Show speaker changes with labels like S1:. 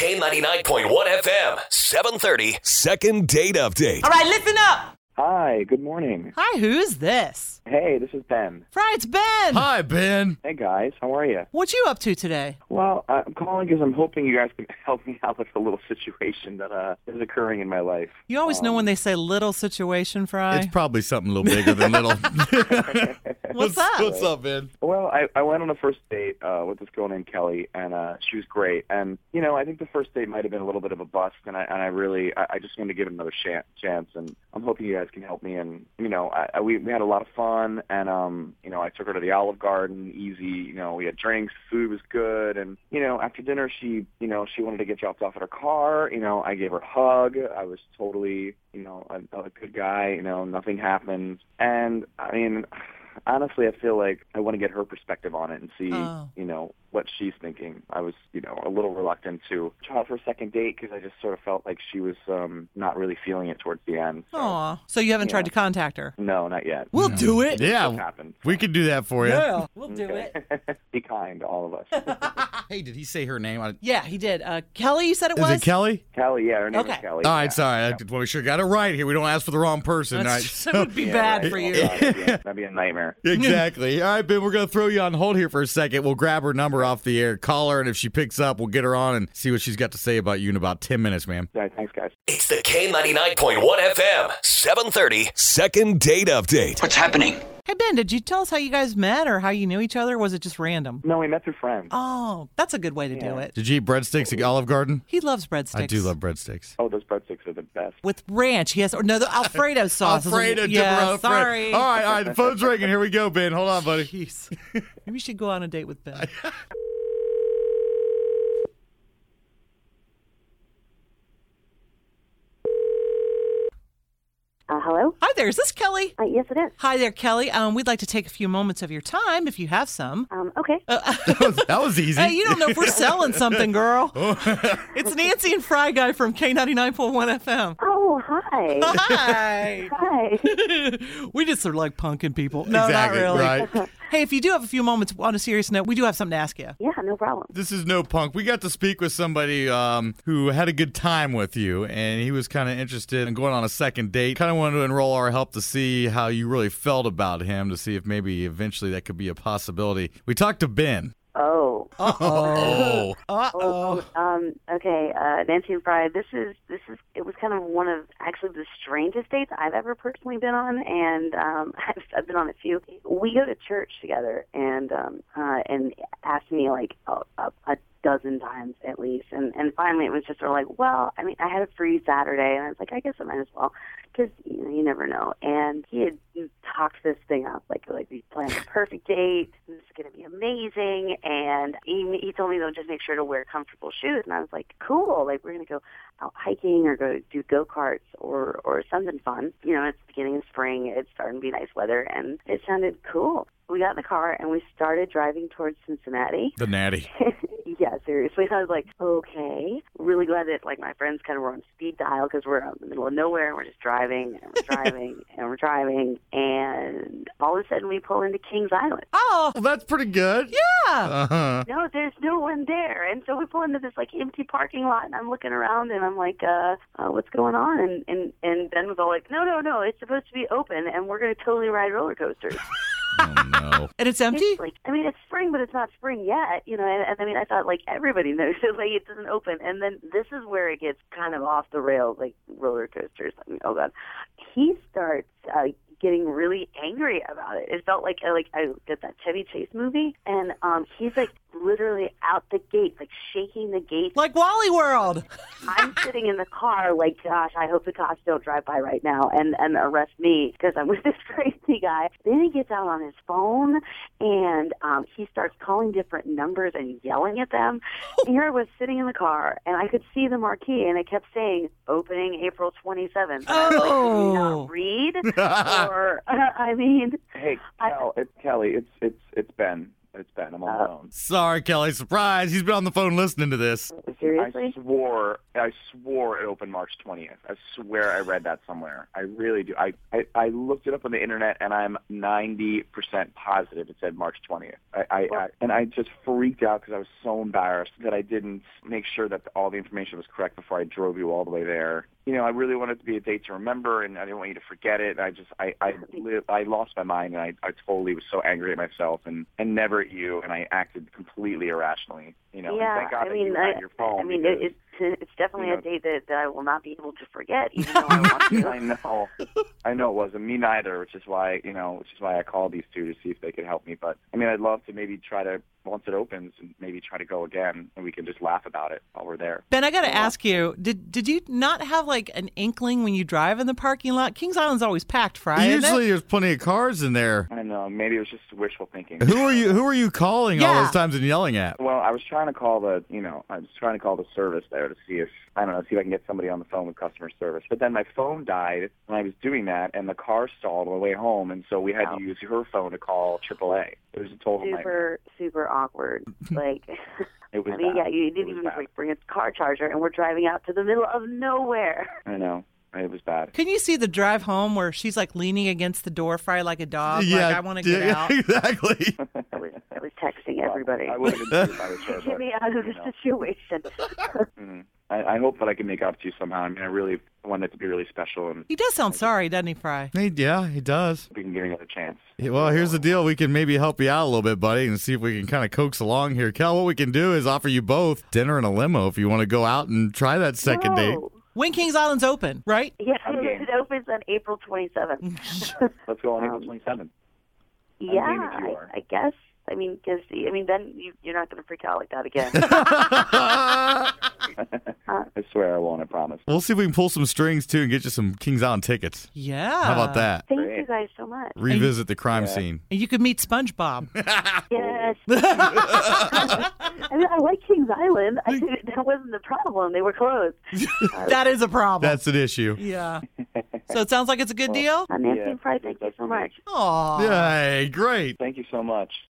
S1: K99.1 FM, 730.
S2: Second date update.
S3: All right, listen up.
S4: Hi, good morning.
S3: Hi, who's this?
S4: Hey, this is Ben.
S3: Fry, it's Ben.
S5: Hi, Ben.
S4: Hey, guys, how are you?
S3: What you up to today?
S4: Well, I'm calling because I'm hoping you guys can help me out with a little situation that uh, is occurring in my life.
S3: You always know when they say little situation, Fry.
S5: It's probably something a little bigger than little.
S3: What's up?
S5: What's up, Ben?
S4: Well, I, I went on a first date uh, with this girl named Kelly, and uh, she was great. And you know, I think the first date might have been a little bit of a bust, and I and I really I, I just wanted to give it another chance, chance. And I'm hoping you guys can help me. And you know, I, I, we we had a lot of fun, and um, you know, I took her to the Olive Garden, easy. You know, we had drinks, food was good, and you know, after dinner, she you know she wanted to get dropped off at her car. You know, I gave her a hug. I was totally you know a, a good guy. You know, nothing happened, and I mean. honestly, I feel like I want to get her perspective on it and see,
S3: Oh.
S4: you know, what she's thinking. I was, you know, a little reluctant to try out for a second date because I just sort of felt like she was um, not really feeling it towards the end. So,
S3: Aw. So you haven't tried to contact her?
S4: No, not yet.
S3: We'll do it.
S4: What
S5: Yeah,
S4: happened?
S5: we could do that for you.
S3: Yeah, we'll do it.
S4: Be kind to all of us.
S5: Hey, did he say her name? I-
S3: Yeah, he did. Uh, Kelly, you said it
S5: Is
S3: was?
S5: it Kelly?
S4: Kelly, yeah, her name is
S3: Okay.
S4: Kelly.
S5: All
S4: yeah.
S5: right, sorry. I want to make sure I got it right here. We don't ask for the wrong person. All right.
S3: That's- That would be
S4: Yeah,
S3: bad
S4: right.
S3: for
S4: Oh,
S3: you.
S4: God, that'd be a- that'd be a nightmare.
S5: Exactly. All right, Ben, we're going to throw you on hold here for a second. We'll grab her number off the air, call her, and if she picks up, we'll get her on and see what she's got to say about you in about 10 minutes, ma'am.
S4: All right, thanks, guys.
S1: It's the K99.1 FM, 730.
S2: Second date update.
S6: What's happening?
S3: Hey, Ben, did you tell us how you guys met or how you knew each other? Or was it just random?
S4: No, we met through friends.
S3: Oh, that's a good way to do it.
S5: Did you eat breadsticks at Olive Garden?
S3: He loves breadsticks.
S5: I do love breadsticks.
S4: Oh, those breadsticks are the best.
S3: With ranch, he has, or no, the Alfredo sauce. is-
S5: Alfredo,
S3: yeah, Oh.
S5: Alfredo.
S3: sorry.
S5: All right, all right. The phone's ringing. Here we go, Ben. Hold on, buddy.
S3: Jeez. Maybe you should go on a date with Ben.
S7: Uh, hello?
S3: Hi there, is this Kelly?
S7: Uh, yes, it is.
S3: Hi there, Kelly. Um, we'd like to take a few moments of your time if you have some.
S7: Um, okay.
S5: That was easy.
S3: Hey, you don't know if we're selling something, girl.
S5: Oh.
S3: it's Nancy and Fry Guy from K99.1 FM.
S7: Oh, hi.
S3: Hi.
S7: hi.
S3: we just are like punking people. No,
S5: exactly,
S3: not really.
S5: Right.
S3: Hey, if you do have a few moments on a serious note, we do have something to ask you.
S7: Yeah, no problem.
S5: This is no punk. We got to speak with somebody um, who had a good time with you, and he was kind of interested in going on a second date. Kind of wanted to enroll our help to see how you really felt about him, to see if maybe eventually that could be a possibility. We talked to Ben.
S7: Oh.
S5: Oh,
S3: Uh-oh.
S7: Um, okay, uh, Nancy and Fry, this is, this is, it was kind of one of actually the strangest dates I've ever personally been on, and, um, I've, I've been on a few. We go to church together, and, um, uh, and asked me like a, a, a dozen times at least, and, and finally it was just sort of like, well, I mean, I had a free Saturday, and I was like, I guess I might as well. because you know you never know. And he had talked this thing up like like we planned a perfect date. This is going to be amazing. And he he told me though just make sure to wear comfortable shoes. And I was like, cool. Like we're going to go out hiking or go do go karts or or something fun. You know, it's the beginning of spring. It's starting to be nice weather, and it sounded cool. We got in the car and we started driving towards Cincinnati
S5: the natty.
S7: yeah, seriously. I was like, okay. Really glad that like my friends kind of were on speed dial because we're out in the middle of nowhere and we're just driving and we're driving and we're driving and all of a sudden we pull into Kings Island.
S3: Oh,
S5: Well, that's pretty good.
S3: yeah.
S5: Uh-huh.
S7: No, there's no one there. And so we pull into this like empty parking lot and I'm looking around and I'm like, uh, uh what's going on? And, and and Ben was all like, no, no, no, it's supposed to be open and we're gonna totally ride roller coasters.
S5: Oh, no.
S3: And it's empty?
S7: It's like, I mean, it's spring, but it's not spring yet, you know. And, and I mean, I thought like everybody knows it, like it doesn't open. And then this is where it gets kind of off the rails, like roller coasters. I mean, oh god, he starts uh, getting really angry about it. It felt like uh, like I did that Chevy Chase movie, and um, he's like literally out the gate, like shaking the gate.
S3: Like Wally World.
S7: I'm sitting in the car, like, gosh, I hope the cops don't drive by right now and and arrest me because I'm with this crazy guy. Then he gets out on his phone and um, he starts calling different numbers and yelling at them. And here I was sitting in the car and I could see the marquee and it kept saying opening April 27th. And I was like, "Did you
S3: Oh.
S7: not read? or I mean,
S4: Hey,
S7: I-
S4: Kel, it's Kelly. It's it's it's Ben. It's bad. I'm on my own.
S5: Sorry, Kelly. Surprise. He's been on the phone listening to this.
S7: Seriously?
S4: I swore, I swore it opened March 20th. I swear I read that somewhere. I really do. I, I, I looked it up on the internet, and I'm 90% positive it said March 20th. I, I, I and I just freaked out because I was so embarrassed that I didn't make sure that all the information was correct before I drove you all the way there. You know, I really wanted it to be a date to remember, and I didn't want you to forget it. And I just, I, I, li- I lost my mind, and I, I totally was so angry at myself, and, and never at you, and I acted completely irrationally. You know, and
S7: yeah,
S4: thank God
S7: I
S4: that
S7: mean,
S4: you
S7: I,
S4: had your phone.
S7: I mean,
S4: because-
S7: it, it's it's definitely
S4: you
S7: a
S4: know-
S7: date that, that I will not be able to forget, even though I want to.
S4: I know, I know it wasn't me neither, which is why you know, which is why I called these two to see if they could help me. But I mean, I'd love to maybe try to once it opens, and maybe try to go again, and we can just laugh about it while we're there.
S3: Ben, I got to ask you, did did you not have like an inkling when you drive in the parking lot? Kings Island's always packed, Fry. isn't it?
S5: Usually there's plenty of cars in there.
S4: I know, maybe it was just wishful thinking.
S5: Who are you who are you calling all
S3: Yeah.
S5: those times and yelling at?
S4: Well, I was trying to call the, you know, I was trying to call the service there to see if I don't know, see if I can get somebody on the phone with customer service. But then my phone died when I was doing that, and the car stalled on the way home, and so we had to use her phone to call AAA. It was a total nightmare.
S7: Super, super awkward. Like,
S4: Oh It was
S7: I mean,
S4: bad.
S7: yeah, you
S4: It
S7: didn't
S4: was
S7: even
S4: bad.
S7: bring, bring a car charger, and we're driving out to the middle of nowhere.
S4: I know it was bad.
S3: Can you see the drive home where she's like leaning against the door, Fry, like a dog? Like, I want to
S5: yeah,
S3: get out.
S5: Exactly.
S7: I was, I was texting everybody.
S4: I would have been too if I was sure.
S7: Get
S4: but,
S7: me out of
S4: you
S7: this
S4: know,
S7: situation.
S4: mhm. I, I hope that I can make up to you somehow. I mean, I really want it to be really special, and
S3: He does sound sorry, doesn't he, Fry?
S5: He- yeah, he does.
S4: we can give you another chance.
S5: Yeah, Well, here's the deal. We can maybe help you out a little bit, buddy, and see if we can kind of coax along here. Kel, what we can do is offer you both dinner and a limo if you want to go out and try that second date.
S7: No.
S3: When Kings Island's open, right?
S7: Yeah,
S4: I'm game.
S7: it opens on April 27th.
S4: Let's go on April 27th.
S7: yeah,
S4: game if you
S7: I,
S4: are.
S7: I guess. I mean, because I mean, then you, you're not going to freak out like that again.
S4: I swear I won't. I promise.
S5: We'll see if we can pull some strings too and get you some Kings Island tickets.
S3: Yeah.
S5: How about that?
S7: Thank you
S4: Great.
S7: guys so much.
S5: Revisit the crime scene.
S3: And you could meet SpongeBob.
S7: Yes. I mean, I like Kings Island. I, that wasn't the problem. They were closed.
S3: that is a problem.
S5: That's an issue.
S3: yeah. So it sounds like it's a good deal.
S7: Uh, Nancy
S4: Yeah,
S7: and Fry, thank you
S4: that's
S7: so
S4: great.
S7: much.
S3: Aw.
S5: Yay, great.
S4: Thank you so much.